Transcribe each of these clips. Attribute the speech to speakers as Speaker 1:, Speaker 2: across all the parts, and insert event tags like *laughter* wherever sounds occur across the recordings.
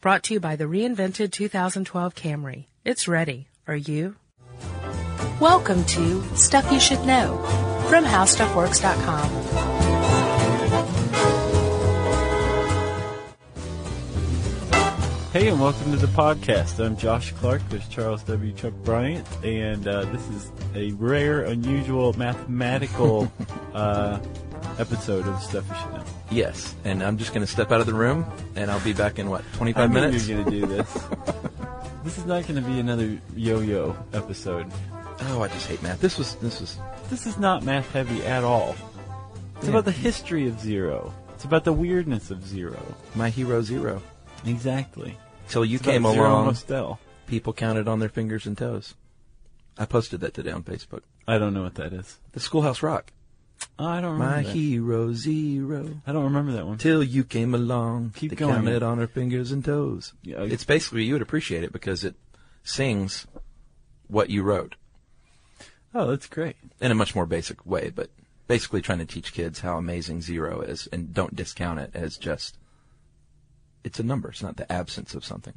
Speaker 1: Brought to you by the reinvented 2012 Camry. It's ready. Are you? Welcome to Stuff You Should Know from HowStuffWorks.com.
Speaker 2: Hey, and welcome to the podcast. I'm Josh Clark. There's Charles W. Chuck Bryant, and uh, this is a rare, unusual,
Speaker 3: *laughs*
Speaker 2: mathematical uh, episode of Stuff You Should Know.
Speaker 3: Yes, and I'm just going to step out of the room, and I'll be back in what 25
Speaker 2: I knew
Speaker 3: minutes.
Speaker 2: you were going to do
Speaker 3: *laughs*
Speaker 2: this. this is not going to be another yo-yo episode.
Speaker 3: Oh, I just hate math. This was this was
Speaker 2: This is not math heavy at all. It's
Speaker 3: Yeah.
Speaker 2: about the history of zero. It's about the weirdness of zero.
Speaker 3: my hero zero.
Speaker 2: Exactly.
Speaker 3: Till you
Speaker 2: It's
Speaker 3: came
Speaker 2: about zero
Speaker 3: along,
Speaker 2: Mostel.
Speaker 3: people counted on their fingers and toes. I posted that today on Facebook.
Speaker 2: I don't know what that is.
Speaker 3: The Schoolhouse Rock.
Speaker 2: Oh, I don't remember.
Speaker 3: My
Speaker 2: that.
Speaker 3: hero zero.
Speaker 2: I don't remember that one.
Speaker 3: Till you came along,
Speaker 2: Keep
Speaker 3: they
Speaker 2: going.
Speaker 3: counted on their fingers and toes.
Speaker 2: Yeah, I-
Speaker 3: it's basically you would appreciate it because it sings what you wrote
Speaker 2: Oh, that's great.
Speaker 3: in a much more basic way, but basically trying to teach kids how amazing zero is and don't discount it as just it's a number. It's not the absence of something.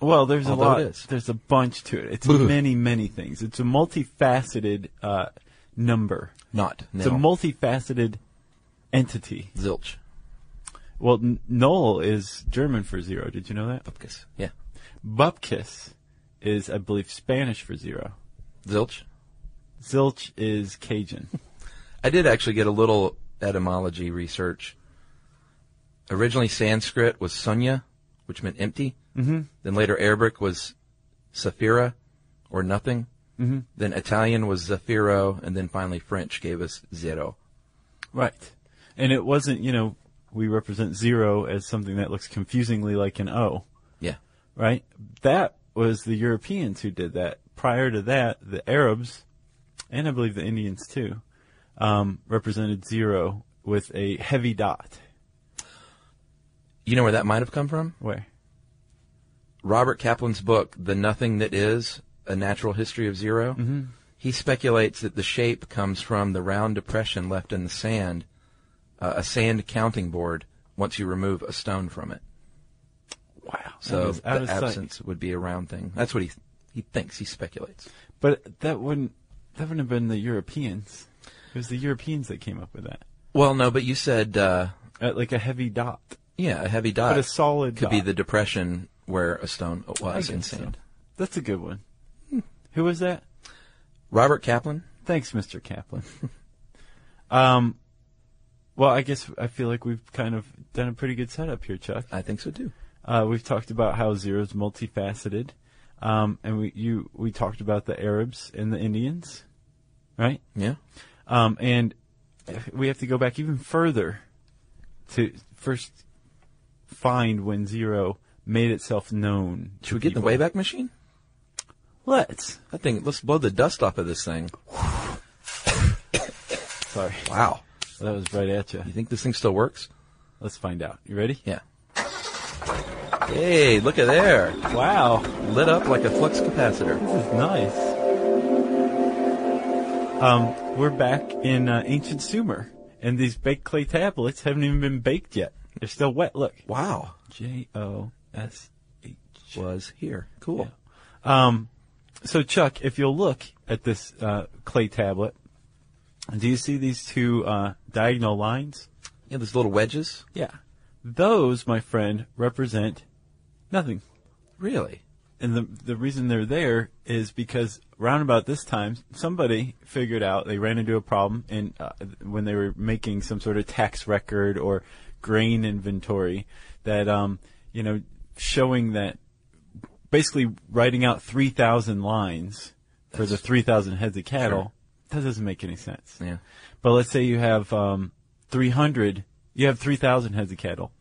Speaker 2: Well, there's
Speaker 3: Although
Speaker 2: a lot.
Speaker 3: it is.
Speaker 2: There's a bunch to it. It's
Speaker 3: Boo.
Speaker 2: many, many things. It's a multifaceted uh, number.
Speaker 3: Not
Speaker 2: It's a
Speaker 3: nil.
Speaker 2: multifaceted entity.
Speaker 3: zilch.
Speaker 2: Well, n- null is German for zero. Did you know that?
Speaker 3: Bupkis. Yeah.
Speaker 2: Bupkis is, I believe, Spanish for zero.
Speaker 3: Zilch.
Speaker 2: Zilch is
Speaker 3: *laughs*
Speaker 2: Cajun.
Speaker 3: I did actually get a little etymology research. Originally Sanskrit was sunya, which meant empty. Mm-hmm. Then later Arabic was saphira or nothing. Mm-hmm. Then Italian was zafiro, and then finally French gave us zero.
Speaker 2: right. And it wasn't, you know, we represent zero as something that looks confusingly like an O.
Speaker 3: Yeah.
Speaker 2: right? That was the Europeans who did that. Prior to that, the Arabs, and I believe the Indians too, um, represented zero with a heavy dot.
Speaker 3: You know where that might have come from?
Speaker 2: Where?
Speaker 3: Robert Kaplan's book, The Nothing That Is, A Natural History of 0 he speculates that the shape comes from the round depression left in the sand, uh, a sand counting board, once you remove a stone from it.
Speaker 2: Wow. That
Speaker 3: So
Speaker 2: is out
Speaker 3: the
Speaker 2: of sight.
Speaker 3: absence would be a round thing. That's what he, he thinks, he speculates.
Speaker 2: But that wouldn't that wouldn't have been the Europeans. It was the Europeans that came up with that.
Speaker 3: Well, no, but you said, uh,
Speaker 2: Uh, like a heavy dot.
Speaker 3: yeah, a heavy dot
Speaker 2: But a solid
Speaker 3: Uh, could be
Speaker 2: dot.
Speaker 3: the depression where a stone was
Speaker 2: I
Speaker 3: in
Speaker 2: guess so.
Speaker 3: sand.
Speaker 2: That's a good one. Hmm. Who was that?
Speaker 3: Robert Kaplan?
Speaker 2: Thanks, Mr. Kaplan. *laughs* um, well, I guess I feel like we've kind of done a pretty good setup here, Chuck.
Speaker 3: I think so too.
Speaker 2: Uh, we've talked about how zero is multifaceted, um, and we you we talked about the Arabs and the Indians, right?
Speaker 3: Yeah.
Speaker 2: Um, and we have to go back even further to first find when zero made itself known.
Speaker 3: Should we get in the Wayback Machine?
Speaker 2: Let's.
Speaker 3: That thing, let's blow the dust off of this thing.
Speaker 2: Sorry,
Speaker 3: Wow.
Speaker 2: that was right at you.
Speaker 3: You think this thing still works?
Speaker 2: Let's find out. You ready?
Speaker 3: Yeah. Hey, look at there.
Speaker 2: Wow.
Speaker 3: Lit up like a flux capacitor.
Speaker 2: This is nice. Um, we're back in uh, ancient Sumer, and these baked clay tablets haven't even been baked yet. They're still wet. Look,
Speaker 3: Wow.
Speaker 2: J O S H.
Speaker 3: Was here. Cool.
Speaker 2: Um, so Chuck, if you'll look at this uh, clay tablet, do you see these two uh, diagonal lines?
Speaker 3: Yeah, those little wedges.
Speaker 2: Yeah, those, my friend, represent nothing.
Speaker 3: Really?
Speaker 2: and the the reason they're there is because round about this time somebody figured out they ran into a problem in uh, when they were making some sort of tax record or grain inventory that um you know showing that basically writing out 3000 lines for the 3000 heads of cattle that doesn't make any sense
Speaker 3: Yeah.
Speaker 2: but let's say you have um 300 you have 3000 heads of cattle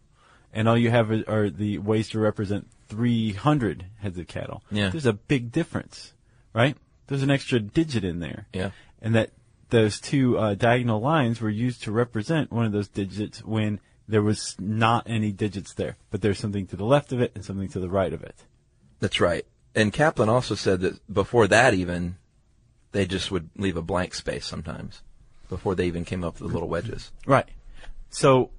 Speaker 2: and all you have is- are the ways to represent 300 heads of cattle.
Speaker 3: Yeah.
Speaker 2: There's a big difference, right? There's an extra digit in there.
Speaker 3: Yeah.
Speaker 2: And that those two uh, diagonal lines were used to represent one of those digits when there was not any digits there, but there's something to the left of it and something to the right of it.
Speaker 3: That's right. And Kaplan also said that before that even, they just would leave a blank space sometimes before they even came up with the little wedges.
Speaker 2: Right. So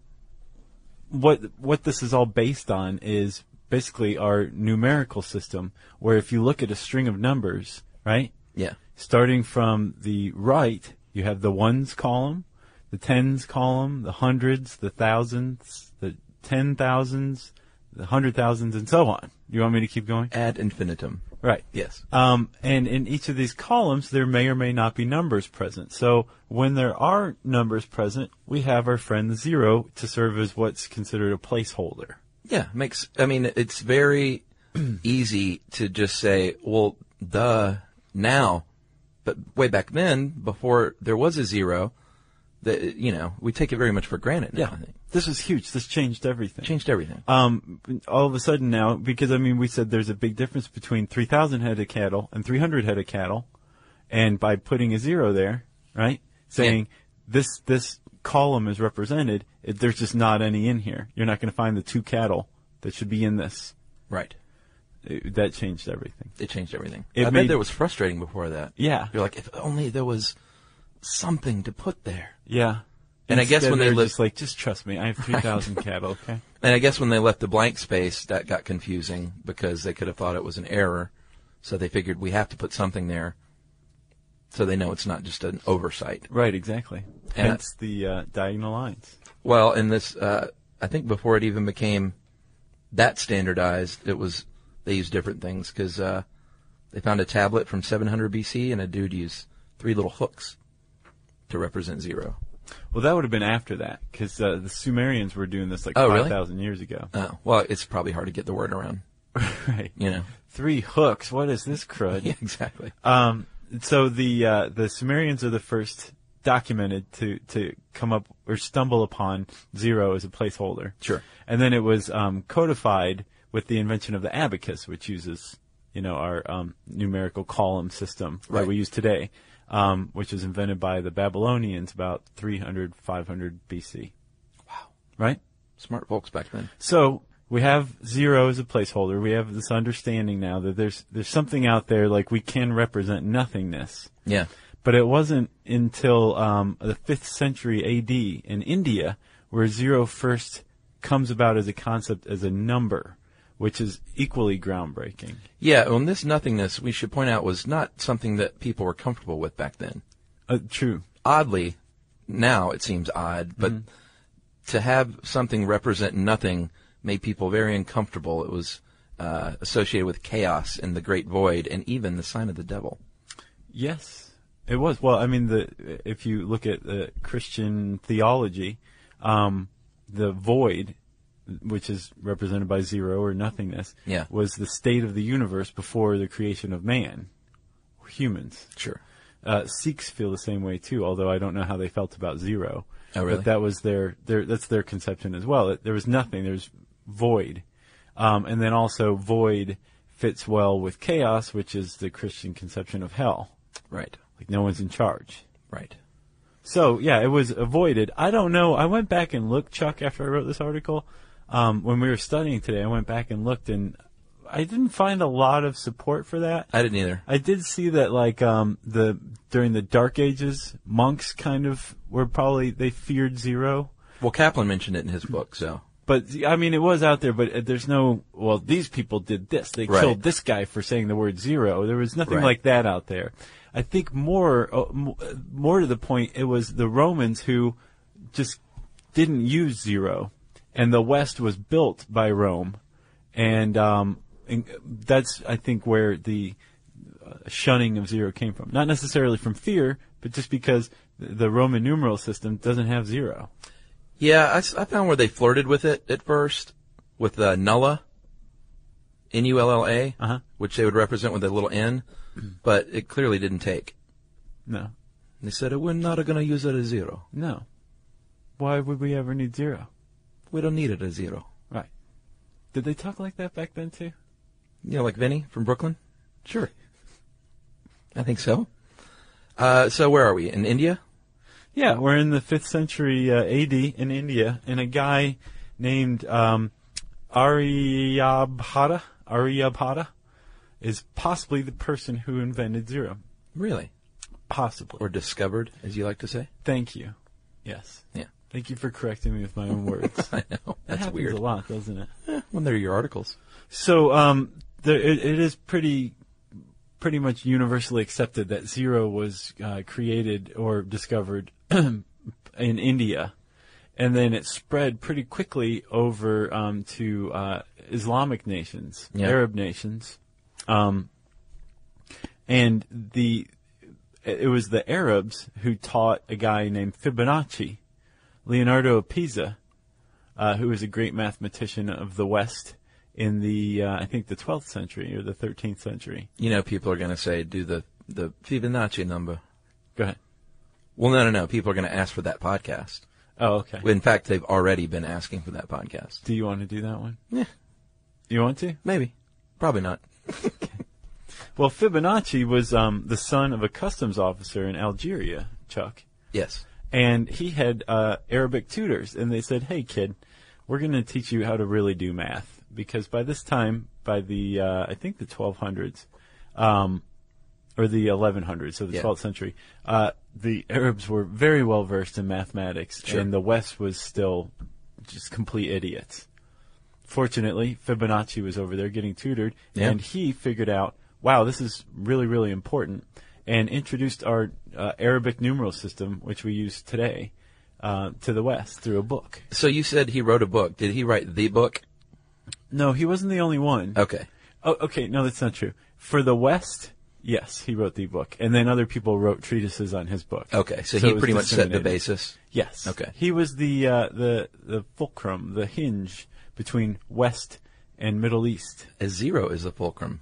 Speaker 2: what what this is all based on is basically our numerical system, where if you look at a string of numbers, right,
Speaker 3: Yeah.
Speaker 2: starting from the right, you have the ones column, the tens column, the hundreds, the thousands, the ten thousands, the hundred thousands, and so on. You want me to keep going?
Speaker 3: Ad infinitum.
Speaker 2: Right.
Speaker 3: Yes.
Speaker 2: Um, and in each of these columns, there may or may not be numbers present. So when there are numbers present, we have our friend zero to serve as what's considered a placeholder.
Speaker 3: Yeah, makes. I mean, it's very *clears throat* easy to just say, "Well, duh," now, but way back then, before there was a zero, that you know, we take it very much for granted. Now, I think.
Speaker 2: This was huge. This changed everything.
Speaker 3: changed everything.
Speaker 2: um, all of a sudden now, because I mean, we said there's a big difference between 3,000 head of cattle and 300 head of cattle. And by putting a zero there, right? Saying this, this column is represented. It, there's just not any in here. You're not going to find the two cattle that should be in this.
Speaker 3: right.
Speaker 2: It- that changed everything.
Speaker 3: It changed everything.
Speaker 2: It
Speaker 3: I
Speaker 2: made-
Speaker 3: bet that was frustrating before that.
Speaker 2: Yeah.
Speaker 3: You're like, if only there was something to put there.
Speaker 2: Yeah.
Speaker 3: And I guess
Speaker 2: Instead,
Speaker 3: when they
Speaker 2: they're
Speaker 3: live-
Speaker 2: just like, just trust me, I
Speaker 3: *laughs*
Speaker 2: have 3,000 cattle, okay?
Speaker 3: And I guess when they left the blank space, that got confusing because they could have thought it was an error. So they figured we have to put something there so they know it's not just an oversight.
Speaker 2: Right, exactly.
Speaker 3: And-
Speaker 2: Hence the uh, diagonal lines.
Speaker 3: Well, and this, uh, I think before it even became that standardized, it was, they used different things because, uh, they found a tablet from 700 BC and a dude used three little hooks to represent zero.
Speaker 2: Well, that would have been after that, because uh, the Sumerians were doing this like
Speaker 3: Oh, really?
Speaker 2: 5,000 years ago.
Speaker 3: *laughs* Uh, well, it's probably hard to get the word around,
Speaker 2: right.
Speaker 3: you know? *laughs*
Speaker 2: Three hooks. What is this crud?
Speaker 3: Yeah, exactly.
Speaker 2: Um, so the uh, the Sumerians are the first documented to to come up or stumble upon zero as a placeholder.
Speaker 3: Sure.
Speaker 2: And then it was um, codified with the invention of the abacus, which uses you know our um, numerical column system that
Speaker 3: Right.
Speaker 2: we use today, um, which was invented by the Babylonians about 300 500 BC.
Speaker 3: Wow.
Speaker 2: Right.
Speaker 3: Smart folks back then.
Speaker 2: So we have zero as a placeholder. We have this understanding now that there's there's something out there like we can represent nothingness.
Speaker 3: Yeah.
Speaker 2: But it wasn't until um, the fifth century A.D. in India where zero first comes about as a concept as a number, which is equally groundbreaking.
Speaker 3: Yeah, well, and this nothingness, we should point out, was not something that people were comfortable with back then.
Speaker 2: Uh, true.
Speaker 3: Oddly, now it seems odd, but to have something represent nothing made people very uncomfortable. It was uh, associated with chaos and the great void and even the sign of the devil.
Speaker 2: Yes, it was. Well, I mean, the if you look at the Christian theology, um, the void, which is represented by zero or nothingness,
Speaker 3: Yeah.
Speaker 2: was the state of the universe before the creation of man, humans.
Speaker 3: Sure.
Speaker 2: Uh, Sikhs feel the same way too, although I don't know how they felt about zero.
Speaker 3: Oh, really?
Speaker 2: But that was their, their that's their conception as well. That There was nothing. There's void, um, and then also void fits well with chaos, which is the Christian conception of hell.
Speaker 3: Right.
Speaker 2: Like no one's in charge.
Speaker 3: Right.
Speaker 2: So yeah, it was avoided. I don't know. I went back and looked, Chuck, after I wrote this article. Um, when we were studying today, I went back and looked, and I didn't find a lot of support for that.
Speaker 3: I didn't either.
Speaker 2: I did see that like um, the during the Dark Ages, monks kind of were probably they feared zero.
Speaker 3: Well, Kaplan mentioned it in his book, so.
Speaker 2: But I mean, it was out there, but uh, there's no well. These people did this. They
Speaker 3: Right.
Speaker 2: killed this guy for saying the word zero. There was nothing
Speaker 3: Right.
Speaker 2: like that out there. I think more uh, m- uh, more to the point, it was the Romans who just didn't use zero, and the West was built by Rome, and, um, and that's I think where the uh, shunning of zero came from. Not necessarily from fear, but just because th- the Roman numeral system doesn't have zero.
Speaker 3: Yeah, I, s- I found where they flirted with it at first, with uh, nulla, N-U-L-L-A,
Speaker 2: Uh-huh.
Speaker 3: which they would represent with a little N, but it clearly didn't take.
Speaker 2: No,
Speaker 3: They said, we're not going to use it as zero.
Speaker 2: No. Why would we ever need zero?
Speaker 3: We don't need it as zero.
Speaker 2: Right. Did they talk like that back then too?
Speaker 3: You know, like Vinny from Brooklyn?
Speaker 2: Sure.
Speaker 3: I think so. Uh, so where are we? In India?
Speaker 2: Yeah, we're in the 5th century uh, AD in India, and a guy named um, Aryabhata, Aryabhata is possibly the person who invented zero.
Speaker 3: Really?
Speaker 2: Possibly.
Speaker 3: Or discovered, as you like to say? *laughs*
Speaker 2: Thank you. Yes.
Speaker 3: Yeah.
Speaker 2: Thank you for correcting me with my own words.
Speaker 3: I know.
Speaker 2: that
Speaker 3: *laughs* That's
Speaker 2: happens
Speaker 3: weird.
Speaker 2: a lot, doesn't it?
Speaker 3: When they're your articles.
Speaker 2: So um, there, it, it is pretty pretty much universally accepted that zero was uh, created or discovered *clears throat* in India, and then it spread pretty quickly over um, to uh, Islamic nations,
Speaker 3: Yeah.
Speaker 2: Arab nations, um, and the it was the Arabs who taught a guy named Fibonacci, Leonardo of Pisa, uh, who was a great mathematician of the West in the uh, I think the 12th century or the 13th century.
Speaker 3: You know, people are going to say, do the, the Fibonacci number.
Speaker 2: Go ahead.
Speaker 3: Well, no, no, no. People are going to ask for that podcast.
Speaker 2: Oh, okay.
Speaker 3: In fact, they've already been asking for that podcast.
Speaker 2: do you want to do that one?
Speaker 3: Yeah,
Speaker 2: You want to?
Speaker 3: maybe. Probably not.
Speaker 2: Well, Fibonacci was um, the son of a customs officer in Algeria, Chuck,
Speaker 3: Yes.
Speaker 2: and he had uh, Arabic tutors, and they said, "Hey, kid, we're going to teach you how to really do math because by this time, by the uh, I think the 1200s, um, or the 1100s, so the
Speaker 3: Yeah.
Speaker 2: 12th century, uh, the Arabs were very well versed in mathematics,
Speaker 3: Sure.
Speaker 2: and the West was still just complete idiots. Fortunately, Fibonacci was over there getting tutored,
Speaker 3: Yeah.
Speaker 2: and he figured out, wow, this is really, really important, and introduced our uh, Arabic numeral system, which we use today, uh, to the West through a book.
Speaker 3: So you said he wrote a book. Did he write the book?
Speaker 2: No, he wasn't the only one.
Speaker 3: Okay.
Speaker 2: Oh, okay. No, that's not true. For the West, yes, he wrote the book, and then other people wrote treatises on his book.
Speaker 3: Okay. So,
Speaker 2: it
Speaker 3: he
Speaker 2: was
Speaker 3: pretty much set the
Speaker 2: disseminated.
Speaker 3: basis.
Speaker 2: Yes.
Speaker 3: Okay.
Speaker 2: He was the uh, the the fulcrum, the hinge between West and Middle East.
Speaker 3: A zero is the fulcrum.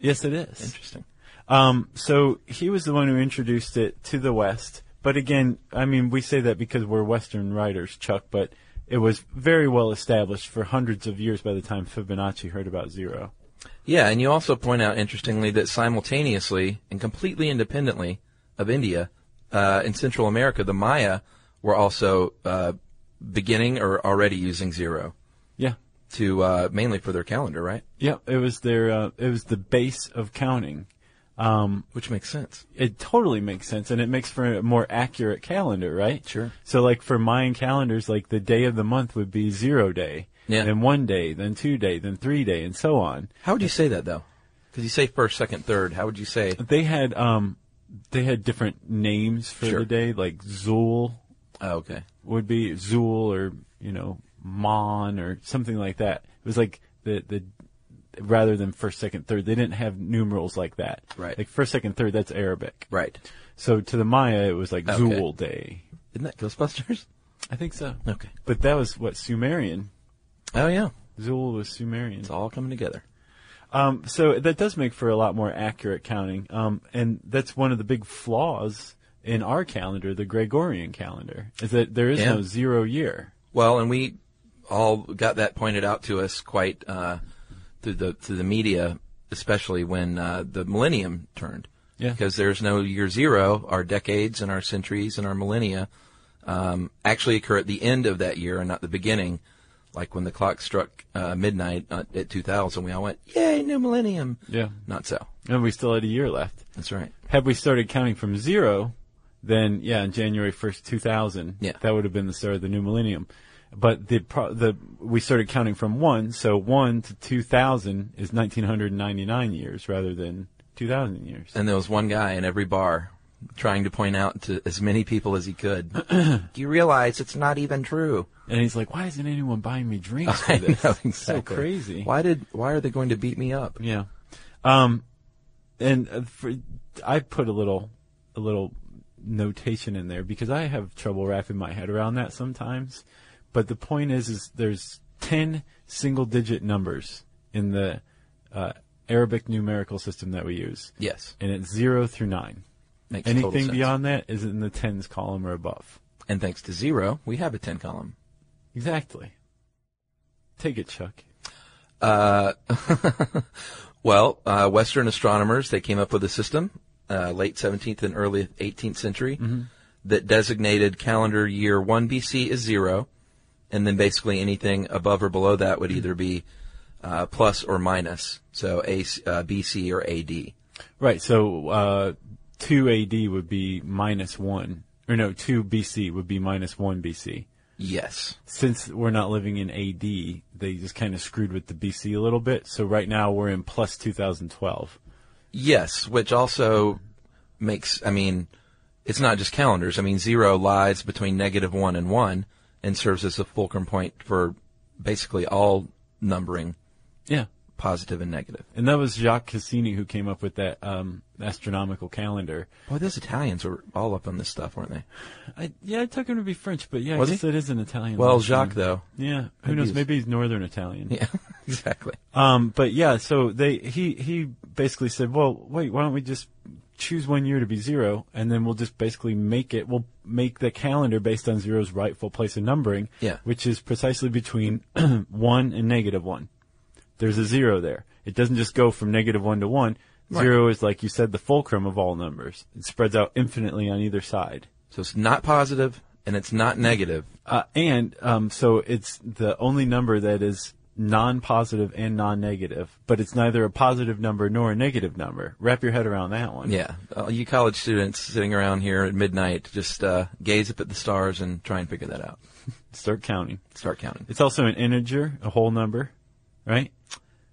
Speaker 2: Yes, it is.
Speaker 3: Interesting.
Speaker 2: Um, so he was the one who introduced it to the West. But again, I mean, we say that because we're Western writers, Chuck. But it was very well established for hundreds of years by the time Fibonacci heard about zero.
Speaker 3: Yeah, and you also point out interestingly that simultaneously and completely independently of India, uh, in Central America, the Maya were also uh, beginning or already using zero
Speaker 2: Yeah.
Speaker 3: to uh, mainly for their calendar, right?
Speaker 2: Yeah. It was their. Uh, it was the base of counting.
Speaker 3: Which makes sense.
Speaker 2: it totally makes sense and it makes for a more accurate calendar, right?
Speaker 3: Sure.
Speaker 2: So like for Mayan calendars, like the day of the month would be zero day.
Speaker 3: Yeah.
Speaker 2: Then one day, then two day, then three day, and so on.
Speaker 3: How would you say that though? Because you say first, second, third. How would you say?
Speaker 2: They had um they had different names for
Speaker 3: Sure.
Speaker 2: the day, like Zul
Speaker 3: Oh, okay.
Speaker 2: would be Zul or, you know, Mon or something like that. It was like the the rather than first, second, third. They didn't have numerals like that.
Speaker 3: Right.
Speaker 2: Like first, second, third, that's Arabic.
Speaker 3: Right.
Speaker 2: So to the Maya it was like
Speaker 3: Okay.
Speaker 2: Zul day.
Speaker 3: Isn't that Ghostbusters?
Speaker 2: I think so.
Speaker 3: Okay.
Speaker 2: But that was what Sumerian.
Speaker 3: Oh yeah.
Speaker 2: Zul was Sumerian.
Speaker 3: It's all coming together.
Speaker 2: Um, so that does make for a lot more accurate counting. Um, and that's one of the big flaws in our calendar, the Gregorian calendar, is that there is
Speaker 3: Yeah.
Speaker 2: no zero year.
Speaker 3: Well, and we all got that pointed out to us quite uh, through the through the media, especially when uh, the millennium turned.
Speaker 2: Yeah.
Speaker 3: Because there's no year zero. Our decades and our centuries and our millennia um, actually occur at the end of that year and not the beginning. Like when the clock struck uh, midnight uh, at 2000, we all went, "Yay, new millennium!"
Speaker 2: Yeah.
Speaker 3: Not so.
Speaker 2: And we still had a year left.
Speaker 3: That's right.
Speaker 2: Had we started counting from zero, then yeah, on January 1st, 2000,
Speaker 3: Yeah.
Speaker 2: that would have been the start of the new millennium. But the, pro- the, we started counting from one, so one to 2000 is 1999 years rather than 2000 years.
Speaker 3: And there was one guy in every bar trying to point out to as many people as he
Speaker 2: *clears throat*
Speaker 3: could. Do you realize it's not
Speaker 2: *laughs*
Speaker 3: even true?
Speaker 2: And he's like, why isn't anyone buying me drinks for
Speaker 3: *laughs* I
Speaker 2: this?
Speaker 3: know,
Speaker 2: It's so
Speaker 3: exactly.
Speaker 2: crazy.
Speaker 3: Why did? Why are they going to beat me up?
Speaker 2: Yeah. Um, and uh, for, I put a little, a little notation in there because I have trouble wrapping my head around that sometimes. But the point is, is there's 10 single digit numbers in the, uh, Arabic numerical system that we use.
Speaker 3: Yes,
Speaker 2: And it's zero through nine.
Speaker 3: makes total
Speaker 2: Anything
Speaker 3: sense.
Speaker 2: beyond that is in the tens column or above.
Speaker 3: And thanks to zero, we have a ten column.
Speaker 2: Exactly. Take it, Chuck.
Speaker 3: Uh, *laughs* well, uh, Western astronomers they came up with a system, uh, late 17th and early 18th century, that designated calendar year one BC as zero, and then basically anything above or below that would either be uh, plus or minus, so a, uh, BC or AD.
Speaker 2: Right. So uh, two AD would be minus one, or no, two BC would be minus one BC.
Speaker 3: Yes.
Speaker 2: since we're not living in AD, they just kind of screwed with the BC a little bit. So right now we're in plus 2012.
Speaker 3: Yes, which also makes, I mean, it's not just calendars. I mean, zero lies between negative one and one and serves as a fulcrum point for basically all numbering,
Speaker 2: Yeah.
Speaker 3: positive and negative.
Speaker 2: And that was Jacques Cassini who came up with that um, astronomical calendar.
Speaker 3: Boy, those Italians were all up on this stuff, weren't they?
Speaker 2: I, yeah, I took him to be French, but yeah,
Speaker 3: Was
Speaker 2: I guess
Speaker 3: he?
Speaker 2: it is an Italian.
Speaker 3: Well,
Speaker 2: last
Speaker 3: Jacques,
Speaker 2: name.
Speaker 3: though. *laughs*
Speaker 2: Yeah, who
Speaker 3: Maybe
Speaker 2: knows?
Speaker 3: he's-
Speaker 2: Maybe he's Northern Italian.
Speaker 3: Yeah, exactly.
Speaker 2: Um, but yeah, so they he he basically said, well, wait, why don't we just choose one year to be zero, and then we'll just basically make it. We'll make the calendar based on zero's rightful place in numbering,
Speaker 3: Yeah.
Speaker 2: which is precisely between *clears throat* one and negative one. There's a zero there. It doesn't just go from negative one to one.
Speaker 3: Right.
Speaker 2: Zero is like you said, the fulcrum of all numbers. It spreads out infinitely on either side.
Speaker 3: So it's not positive and it's not negative.
Speaker 2: Uh, and um, so it's the only number that is non-positive and non-negative, but it's neither a positive number nor a negative number. Wrap your head around that one.
Speaker 3: Yeah. Uh, you college students sitting around here at midnight, just uh, gaze up at the stars and try and figure that out.
Speaker 2: Start counting.
Speaker 3: Start counting.
Speaker 2: It's also an integer, a whole number, right?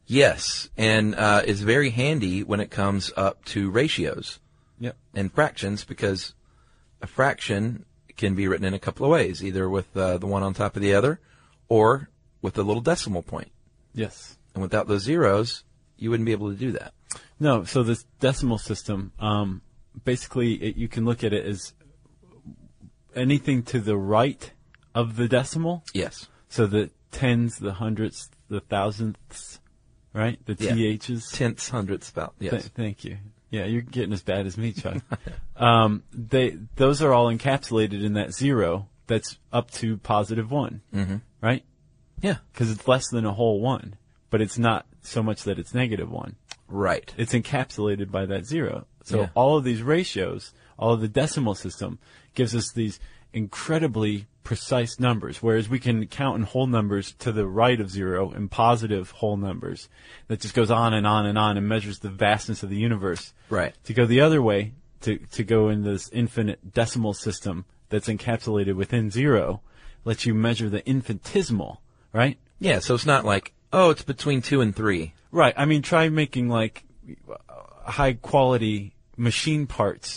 Speaker 3: Yes, and uh, is very handy when it comes up to ratios
Speaker 2: Yep.
Speaker 3: and fractions because a fraction can be written in a couple of ways, either with uh, the one on top of the other or with a little decimal point.
Speaker 2: Yes.
Speaker 3: And without those zeros, you wouldn't be able to do that.
Speaker 2: No. So this decimal system, um, basically, it, you can look at it as anything to the right of the decimal.
Speaker 3: Yes.
Speaker 2: So the tens, the hundredths, the thousandths, right? The
Speaker 3: Yeah.
Speaker 2: ths.
Speaker 3: Tenths, hundredths, about. Yes.
Speaker 2: Th- thank you. Yeah, you're getting as bad as me, Chuck. *laughs* um, they those are all encapsulated in that zero that's up to positive one, mm-hmm. right?
Speaker 3: yeah.
Speaker 2: Because it's less than a whole one, but it's not so much that it's negative one.
Speaker 3: Right.
Speaker 2: It's encapsulated by that zero. So
Speaker 3: Yeah.
Speaker 2: all of these ratios, all of the decimal system, gives us these incredibly precise numbers. Whereas we can count in whole numbers to the right of zero and positive whole numbers. That just goes on and on and on and measures the vastness of the universe
Speaker 3: Right.
Speaker 2: to go the other way, to, to go in this infinite decimal system that's encapsulated within zero, lets you measure the infinitesimal, right?
Speaker 3: Yeah. So it's not like, oh, it's between two and three.
Speaker 2: Right. I mean, try making like high quality machine parts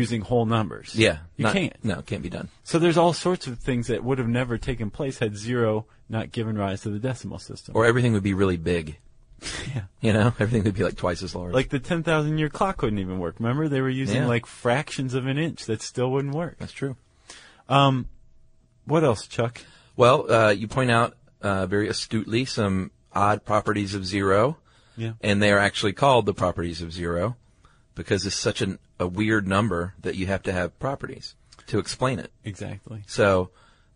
Speaker 2: using whole numbers.
Speaker 3: Yeah.
Speaker 2: You
Speaker 3: Not-
Speaker 2: can't.
Speaker 3: No, it can't be done.
Speaker 2: So there's all sorts of things that would have never taken place had zero not given rise to the decimal system.
Speaker 3: Or everything would be really
Speaker 2: *laughs*
Speaker 3: big. Yeah. You know, everything would be like twice as large.
Speaker 2: like the 10,000 year clock wouldn't even work. Remember? They were using
Speaker 3: Yeah.
Speaker 2: like fractions of an inch that still wouldn't work.
Speaker 3: that's true.
Speaker 2: What else, Chuck?
Speaker 3: Well, uh, you point out uh, very astutely some odd properties of zero,
Speaker 2: Yeah.
Speaker 3: and they are actually called the properties of zero because it's such an, a weird number that you have to have properties to explain it.
Speaker 2: Exactly.
Speaker 3: So,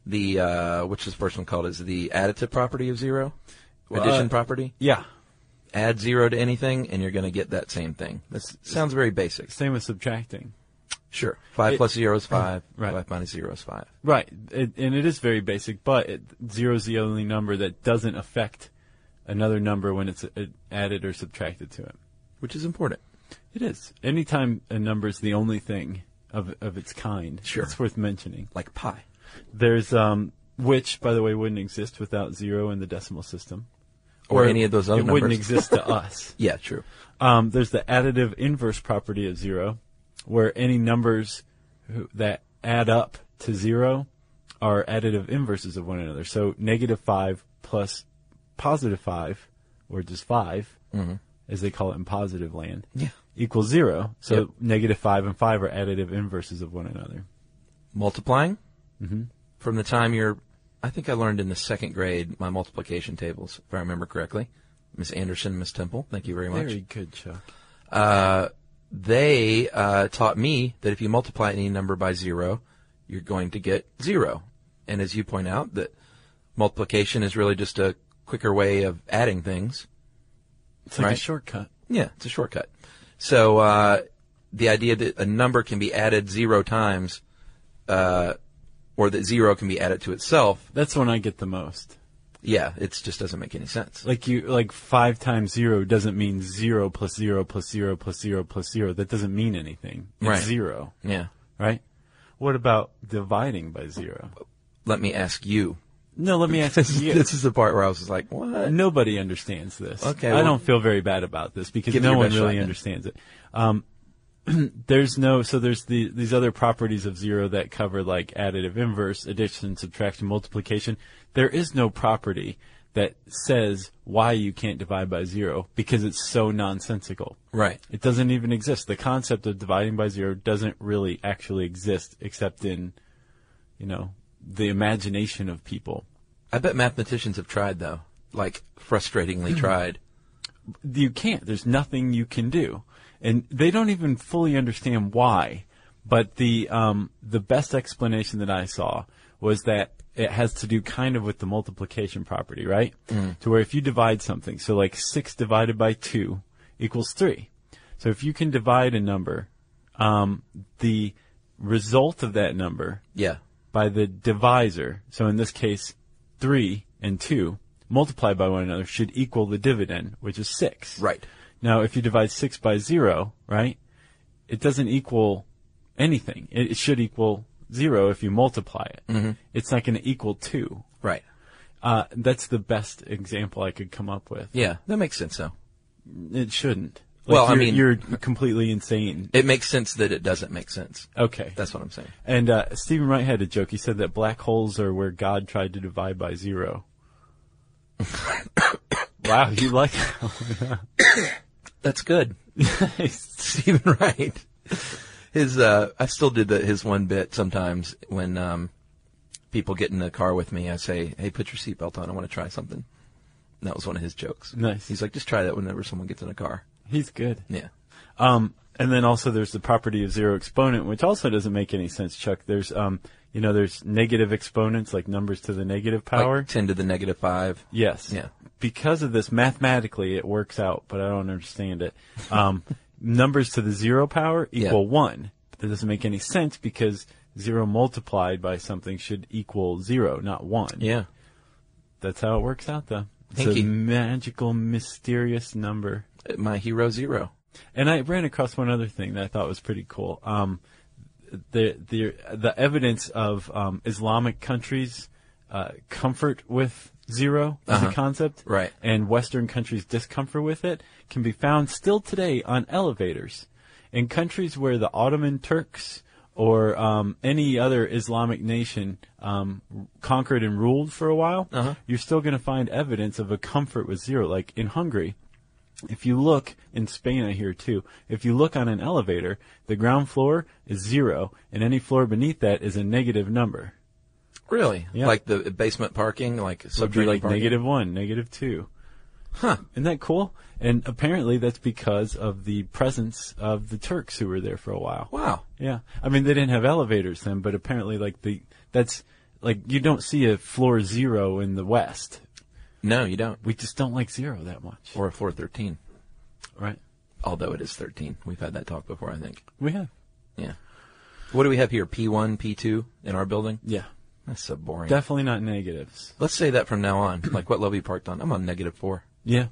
Speaker 3: the uh, which is the first one called is the additive property of zero, addition
Speaker 2: uh,
Speaker 3: property.
Speaker 2: Yeah.
Speaker 3: Add zero to anything, and you're going to get that same thing. That sounds very basic.
Speaker 2: Same with subtracting.
Speaker 3: Sure, five plus zero is five.
Speaker 2: Right.
Speaker 3: Five minus zero is five.
Speaker 2: Right. It, and it is very basic, but it, zero is the only number that doesn't affect another number when it's uh, added or subtracted to it.
Speaker 3: which is important.
Speaker 2: It is. Anytime a number is the only thing of, of its kind,
Speaker 3: Sure.
Speaker 2: it's worth mentioning.
Speaker 3: Like pi.
Speaker 2: There's, um, which, by the way, wouldn't exist without zero in the decimal system.
Speaker 3: Or any of those other
Speaker 2: It wouldn't
Speaker 3: numbers.
Speaker 2: exist to
Speaker 3: *laughs*
Speaker 2: us.
Speaker 3: Yeah, true.
Speaker 2: Um, there's the additive inverse property of zero, where any numbers who, that add up to zero are additive inverses of one another. So negative five plus positive five, or just 5
Speaker 3: Mm-hmm.
Speaker 2: as they call it in positive land,
Speaker 3: Yeah.
Speaker 2: equals zero. So
Speaker 3: Yep.
Speaker 2: negative five and five are additive inverses of one another.
Speaker 3: Multiplying. Mm-hmm. From the time you're, I think I learned in the second grade my multiplication tables, if I remember correctly. Miss Anderson, Miss Temple, thank you very much.
Speaker 2: Very good, Chuck.
Speaker 3: Uh, they uh, taught me that if you multiply any number by zero, you're going to get zero. And as you point out, that multiplication is really just a quicker way of adding things.
Speaker 2: It's like a
Speaker 3: Right.
Speaker 2: shortcut.
Speaker 3: Yeah, it's a shortcut. So uh, the idea that a number can be added zero times, uh, or that zero can be added to itself,
Speaker 2: That's when I get the most.
Speaker 3: yeah, it just doesn't make any sense.
Speaker 2: Like you, like five times zero doesn't mean zero plus zero plus zero plus zero plus zero. That doesn't mean anything. It's
Speaker 3: Right.
Speaker 2: zero,
Speaker 3: Yeah.
Speaker 2: right? What about dividing by zero?
Speaker 3: let me ask *laughs* you.
Speaker 2: No, let me ask
Speaker 3: This,
Speaker 2: *laughs* you.
Speaker 3: this is the part where I was just like, what?
Speaker 2: Nobody understands this.
Speaker 3: Okay,
Speaker 2: I
Speaker 3: well-
Speaker 2: don't feel very bad about this because
Speaker 3: Give it
Speaker 2: no
Speaker 3: your
Speaker 2: one
Speaker 3: best shot,
Speaker 2: really
Speaker 3: then.
Speaker 2: understands it. Um, *clears throat* there's no so there's the these other properties of zero that cover like additive inverse, addition, subtraction, multiplication. There is no property that says why you can't divide by zero because it's so nonsensical.
Speaker 3: Right.
Speaker 2: It doesn't even exist. The concept of dividing by zero doesn't really actually exist except in, you know, the imagination of people.
Speaker 3: I bet mathematicians have tried though, like *clears throat* frustratingly tried.
Speaker 2: you can't. There's nothing you can do, and they don't even fully understand why. But the um, the best explanation that I saw was that it has to do kind of with the multiplication property, right? To where if you divide something, so like six divided by two equals three. So if you can divide a number, um, the result of that number
Speaker 3: Yeah.
Speaker 2: by the divisor, so in this case, 3 and 2, multiplied by one another should equal the dividend, which is 6.
Speaker 3: Right.
Speaker 2: Now, if you divide 6 by 0, right, it doesn't equal anything. It, it should equal 0 if you multiply it.
Speaker 3: Mm-hmm.
Speaker 2: It's not going to equal 2.
Speaker 3: Right.
Speaker 2: Uh, that's the best example I could come up with.
Speaker 3: Yeah. That makes sense though.
Speaker 2: It shouldn't.
Speaker 3: Well, I
Speaker 2: you're,
Speaker 3: mean-
Speaker 2: you're completely insane.
Speaker 3: It makes sense that it doesn't make sense.
Speaker 2: Okay.
Speaker 3: That's what I'm saying.
Speaker 2: and uh, Stephen Wright had a joke. He said that black holes are where God tried to divide by
Speaker 3: *laughs*
Speaker 2: zero. wow, you like *laughs*
Speaker 3: That's good. *laughs* Stephen Wright. His uh I still do the his one bit sometimes when um people get in the car with me, I say, Hey, put your seatbelt on, I want to try something. And that was one of his jokes.
Speaker 2: Nice.
Speaker 3: He's like, just try that whenever someone gets in a car.
Speaker 2: He's good.
Speaker 3: Yeah.
Speaker 2: Um, and then also there's the property of zero exponent, which also doesn't make any sense, Chuck. There's um, you know, there's negative exponents like numbers to the negative power.
Speaker 3: Like ten to the negative five.
Speaker 2: Yes.
Speaker 3: Yeah.
Speaker 2: Because of this, mathematically it works out, but I don't understand it. Um, *laughs* numbers to the zero power equal one. But that doesn't make any sense because zero multiplied by something should equal zero, not one.
Speaker 3: Yeah.
Speaker 2: That's how it works out though. It's
Speaker 3: Thank
Speaker 2: a
Speaker 3: you.
Speaker 2: magical, mysterious number.
Speaker 3: My hero zero.
Speaker 2: And I ran across one other thing that I thought was pretty cool. Um, the the the evidence of um, Islamic countries uh, comfort with 0 as
Speaker 3: Uh-huh.
Speaker 2: a concept,
Speaker 3: Right.
Speaker 2: and Western countries' discomfort with it can be found still today on elevators in countries where the Ottoman Turks or um, any other Islamic nation um, conquered and ruled for a while.
Speaker 3: Uh-huh.
Speaker 2: You're still going to find evidence of a comfort with zero, like in Hungary if you look in Spain, I hear too. If you look on an elevator, the ground floor is zero, and any floor beneath that is a negative number.
Speaker 3: Really?
Speaker 2: Yeah.
Speaker 3: Like the basement parking, like
Speaker 2: Would be
Speaker 3: subterranean
Speaker 2: like
Speaker 3: parking?
Speaker 2: negative one, negative two.
Speaker 3: Huh.
Speaker 2: Isn't that cool? And apparently, that's because of the presence of the Turks who were there for a while.
Speaker 3: Wow.
Speaker 2: Yeah, I mean they didn't have elevators then, but apparently, like the that's like you don't see a floor zero in the West.
Speaker 3: No, you don't.
Speaker 2: We just don't like zero that much,
Speaker 3: Or a floor thirteen.
Speaker 2: right?
Speaker 3: Although it is thirteen. We've had that talk before, I think.
Speaker 2: We have,
Speaker 3: Yeah. What do we have here? P1, P2 in our building?
Speaker 2: yeah,
Speaker 3: That's so boring.
Speaker 2: definitely not negatives.
Speaker 3: Let's say that from now on. *clears throat* Like what level you parked on? I'm on negative four.
Speaker 2: Yeah,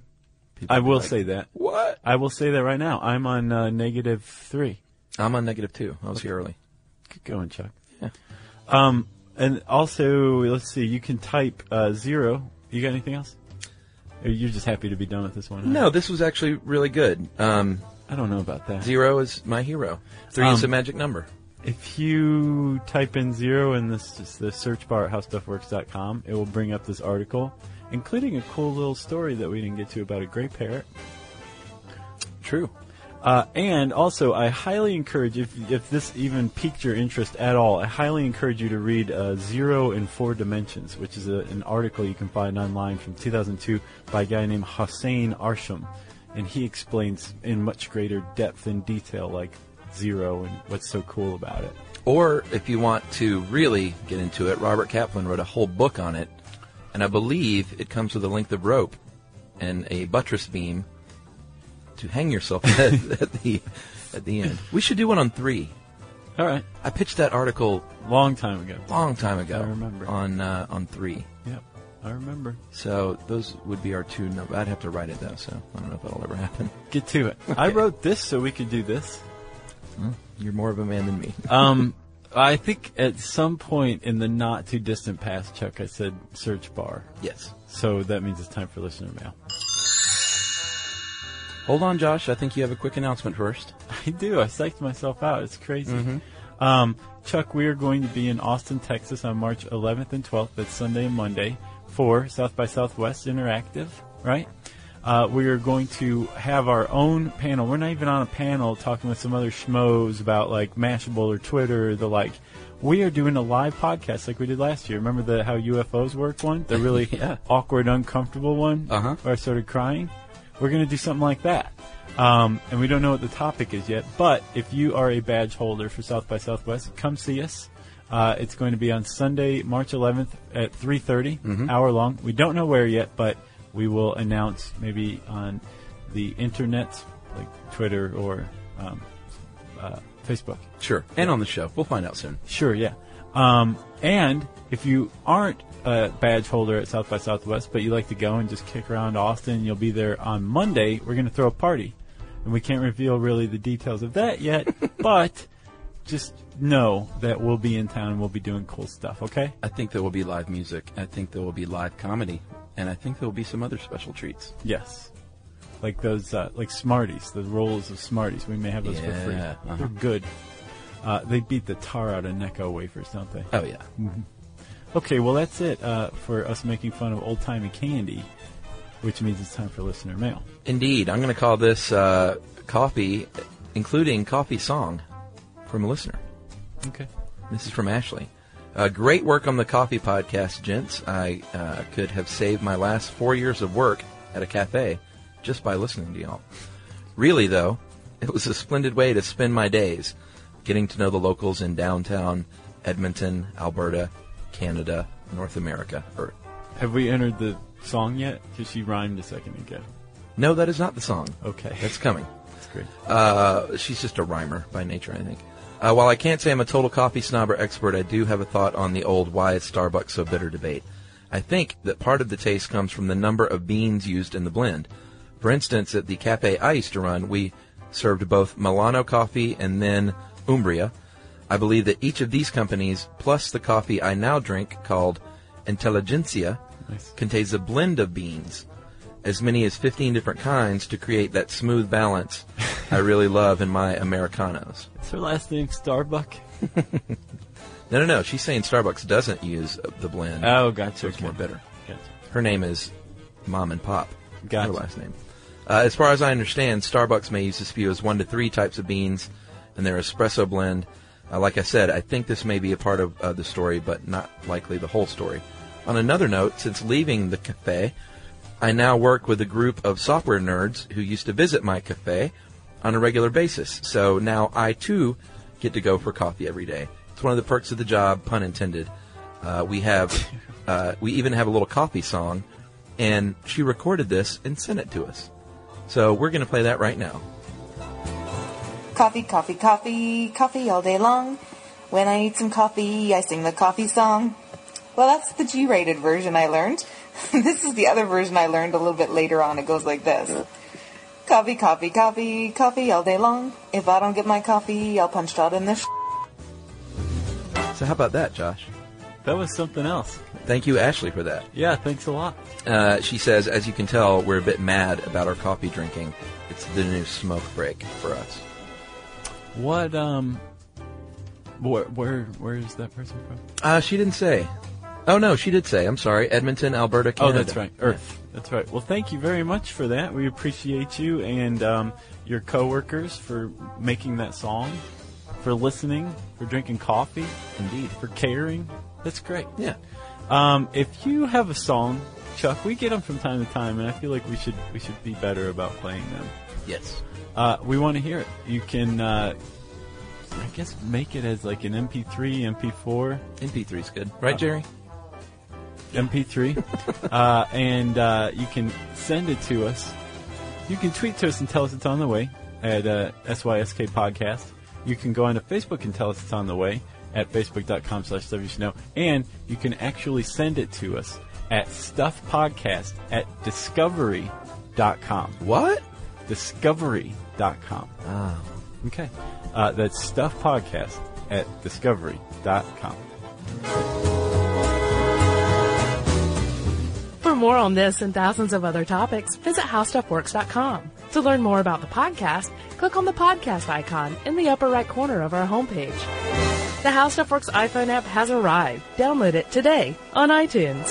Speaker 3: People
Speaker 2: I
Speaker 3: be
Speaker 2: will
Speaker 3: like,
Speaker 2: say that.
Speaker 3: What?
Speaker 2: I will say that right now. I'm on uh, negative three.
Speaker 3: I'm on negative two. I was here early.
Speaker 2: Good going, Chuck.
Speaker 3: Yeah.
Speaker 2: Um, and also, let's see. You can type uh, zero. You got anything else? Or you're just happy to be done with this one? huh?
Speaker 3: No, this was actually really good. Um,
Speaker 2: I don't know about that.
Speaker 3: zero is my hero. Three is
Speaker 2: Um,
Speaker 3: a magic number.
Speaker 2: If you type in zero in this just the search bar at howstuffworks.com, it will bring up this article, including a cool little story that we didn't get to about a gray parrot.
Speaker 3: True.
Speaker 2: Uh, and also, I highly encourage if if this even piqued your interest at all, I highly encourage you to read uh, Zero in Four Dimensions, which is a, an article you can find online from 2002 by a guy named Hossein Arsham, and he explains in much greater depth and detail like zero and what's so cool about it.
Speaker 3: Or if you want to really get into it, Robert Kaplan wrote a whole book on it, and I believe it comes with a length of rope and a buttress beam to hang yourself *laughs* at, at the at the end. We should do one on three.
Speaker 2: All right,
Speaker 3: I pitched that article
Speaker 2: long time ago.
Speaker 3: a long time ago.
Speaker 2: I remember.
Speaker 3: on uh, on three.
Speaker 2: Yep, I remember.
Speaker 3: So those would be our two. Num- I'd have to write it though, so I don't know if that'll ever happen.
Speaker 2: Get to it. I
Speaker 3: Okay.
Speaker 2: wrote this so we could do this.
Speaker 3: Uh, You're more of a man than me.
Speaker 2: Um, I think at some point in the not too distant past, Chuck, I said search bar.
Speaker 3: Yes.
Speaker 2: So that means it's time for listener mail.
Speaker 3: Hold on, Josh. I think you have a quick announcement first.
Speaker 2: I do. I psyched myself out. It's crazy. Um, Chuck, we are going to be in Austin, Texas on March 11th and 12th. That's Sunday and Monday for South by Southwest Interactive, right? Uh, we are going to have our own panel. We're not even on a panel talking with some other schmoes about like Mashable or Twitter or the like. We are doing a live podcast like we did last year. Remember the how UFOs work one? The really
Speaker 3: Yeah.
Speaker 2: *laughs* awkward, uncomfortable one
Speaker 3: Uh-huh.
Speaker 2: where I started crying. We're going to do something like that. Um, and we don't know what the topic is yet, but if you are a badge holder for South by Southwest, come see us. Uh, it's going to be on Sunday, March 11th at 3.30, hour long. We don't know where yet, but we will announce maybe on the internet, like Twitter or um, uh, Facebook.
Speaker 3: Sure. And on the show. We'll find out soon.
Speaker 2: Sure, yeah. Um, and if you aren't a badge holder at South by Southwest, but you like to go and just kick around Austin, you'll be there on Monday. We're going to throw a party. And we can't reveal really the details of that
Speaker 3: *laughs*
Speaker 2: yet, but just know that we'll be in town and we'll be doing cool stuff, okay?
Speaker 3: I think there will be live music. I think there will be live comedy. And I think there will be some other special treats.
Speaker 2: Yes. Like those, uh, like Smarties, the rolls of Smarties. We may have those for free.
Speaker 3: Yeah, uh-huh.
Speaker 2: They're good. Uh, they beat the tar out of Necco wafers, don't they?
Speaker 3: Oh, yeah.
Speaker 2: Okay, well, that's it uh, for us making fun of old timey candy, which means it's time for listener mail.
Speaker 3: Indeed. I'm going to call this uh, Coffee, including Coffee Song from a listener.
Speaker 2: Okay.
Speaker 3: This is from Ashley. Uh, great work on the coffee podcast, gents. I uh, could have saved my last four years of work at a cafe just by listening to y'all. Really, though, it was a splendid way to spend my days getting to know the locals in downtown Edmonton, Alberta, Canada, North America. Or,
Speaker 2: Have we entered the song yet? Because she rhymed a second ago.
Speaker 3: no, that is not the song.
Speaker 2: Okay.
Speaker 3: That's coming.
Speaker 2: That's great.
Speaker 3: Uh, she's just a rhymer by nature, I think. Uh, while I can't say I'm a total coffee snob or expert, I do have a thought on the old why is Starbucks so bitter debate. I think that part of the taste comes from the number of beans used in the blend. For instance, at the cafe I used to run, we served both Milano coffee and then Umbria. I believe that each of these companies, plus the coffee I now drink called Intelligentsia,
Speaker 2: Nice.
Speaker 3: contains a blend of beans, as many as 15 different kinds, to create that smooth balance
Speaker 2: *laughs*
Speaker 3: I really love in my Americanos.
Speaker 2: Is her last name Starbuck?
Speaker 3: No, no, no. She's saying Starbucks doesn't use uh, the blend.
Speaker 2: Oh, gotcha.
Speaker 3: So it's more bitter.
Speaker 2: Gotcha.
Speaker 3: Her name is Mom and Pop.
Speaker 2: Gotcha.
Speaker 3: Her last name. Uh, as far as I understand, Starbucks may use to spew as one to three types of beans in their espresso blend. Uh, like I said, I think this may be a part of uh, the story, but not likely the whole story. On another note, since leaving the cafe, I now work with a group of software nerds who used to visit my cafe on a regular basis. So now I too get to go for coffee every day. It's one of the perks of the job, pun intended. Uh, we have, uh, we even have a little coffee song, and she recorded this and sent it to us. So we're going to play that right now.
Speaker 4: Coffee, coffee, coffee, coffee all day long. When I need some coffee, I sing the coffee song. Well, that's the G rated version I learned. *laughs* this is the other version I learned a little bit later on. It goes like this Coffee, coffee, coffee, coffee all day long. If I don't get my coffee, I'll punch out in the sh-
Speaker 3: So how about that, Josh?
Speaker 2: That was something else.
Speaker 3: Thank you, Ashley, for that.
Speaker 2: Yeah, thanks a lot.
Speaker 3: Uh, she says, as you can tell, we're a bit mad about our coffee drinking. It's the new smoke break for us.
Speaker 2: What, um, where, where, where is that person from?
Speaker 3: Uh, she didn't say. Oh no, she did say. I'm sorry, Edmonton, Alberta,
Speaker 2: Oh,
Speaker 3: Canada.
Speaker 2: that's right. Earth. That's right. Well, thank you very much for that. We appreciate you and um, your coworkers for making that song, for listening, for drinking coffee,
Speaker 3: Indeed.
Speaker 2: for caring. That's great.
Speaker 3: Yeah.
Speaker 2: Um, if you have a song, Chuck, we get them from time to time, and I feel like we should we should be better about playing them.
Speaker 3: Yes.
Speaker 2: Uh, we want to hear it. You can, uh, I guess, make it as like an MP3, MP4.
Speaker 3: MP3's good,
Speaker 2: Uh-huh.
Speaker 3: right, Jerry?
Speaker 2: MP3, uh, and uh, you can send it to us. You can tweet to us and tell us it's on the way at uh, SYSK Podcast. You can go onto Facebook and tell us it's on the way at facebook.com slash WCNO. And you can actually send it to us at stuffpodcast at discovery.com.
Speaker 3: What?
Speaker 2: Discovery.com.
Speaker 3: Ah,
Speaker 2: Okay. Uh, that's stuffpodcast at discovery.com.
Speaker 1: For more on this and thousands of other topics, visit howstuffworks.com. To learn more about the podcast, click on the podcast icon in the upper right corner of our homepage. The How Stuff Works iPhone app has arrived. Download it today on iTunes.